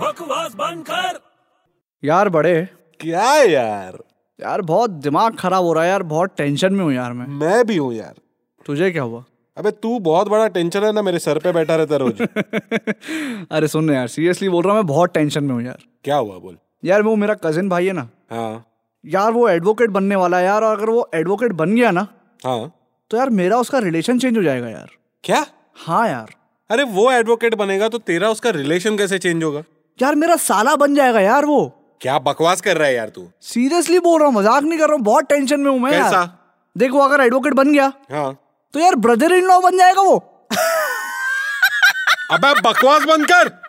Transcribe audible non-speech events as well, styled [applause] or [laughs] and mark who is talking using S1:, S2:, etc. S1: बकवास बंद कर
S2: यार बड़े
S3: क्या यार
S2: यार बहुत दिमाग खराब हो रहा है यार बहुत टेंशन में हूँ यार मैं
S3: मैं भी हूँ यार
S2: तुझे क्या हुआ [laughs]
S3: अबे तू बहुत बड़ा टेंशन है ना मेरे सर पे बैठा रहता रोज
S2: अरे सुन ना यार सीरियसली बोल रहा हूँ मैं बहुत टेंशन में हूँ यार
S3: क्या हुआ बोल
S2: यार वो मेरा कजिन भाई है ना
S3: हाँ
S2: यार वो एडवोकेट बनने वाला है यार और अगर वो एडवोकेट बन गया ना
S3: हाँ
S2: तो यार मेरा उसका रिलेशन चेंज हो जाएगा यार
S3: क्या
S2: हाँ यार
S3: अरे वो एडवोकेट बनेगा तो तेरा उसका रिलेशन कैसे चेंज होगा
S2: यार मेरा साला बन जाएगा यार वो
S3: क्या बकवास कर रहा है यार तू
S2: सीरियसली बोल रहा हूँ मजाक नहीं कर रहा हूँ बहुत टेंशन में हूँ मैं यार
S3: कैसा?
S2: देखो अगर एडवोकेट बन गया
S3: हाँ
S2: तो यार ब्रदर इन लॉ बन जाएगा वो
S3: अबे बकवास बंद कर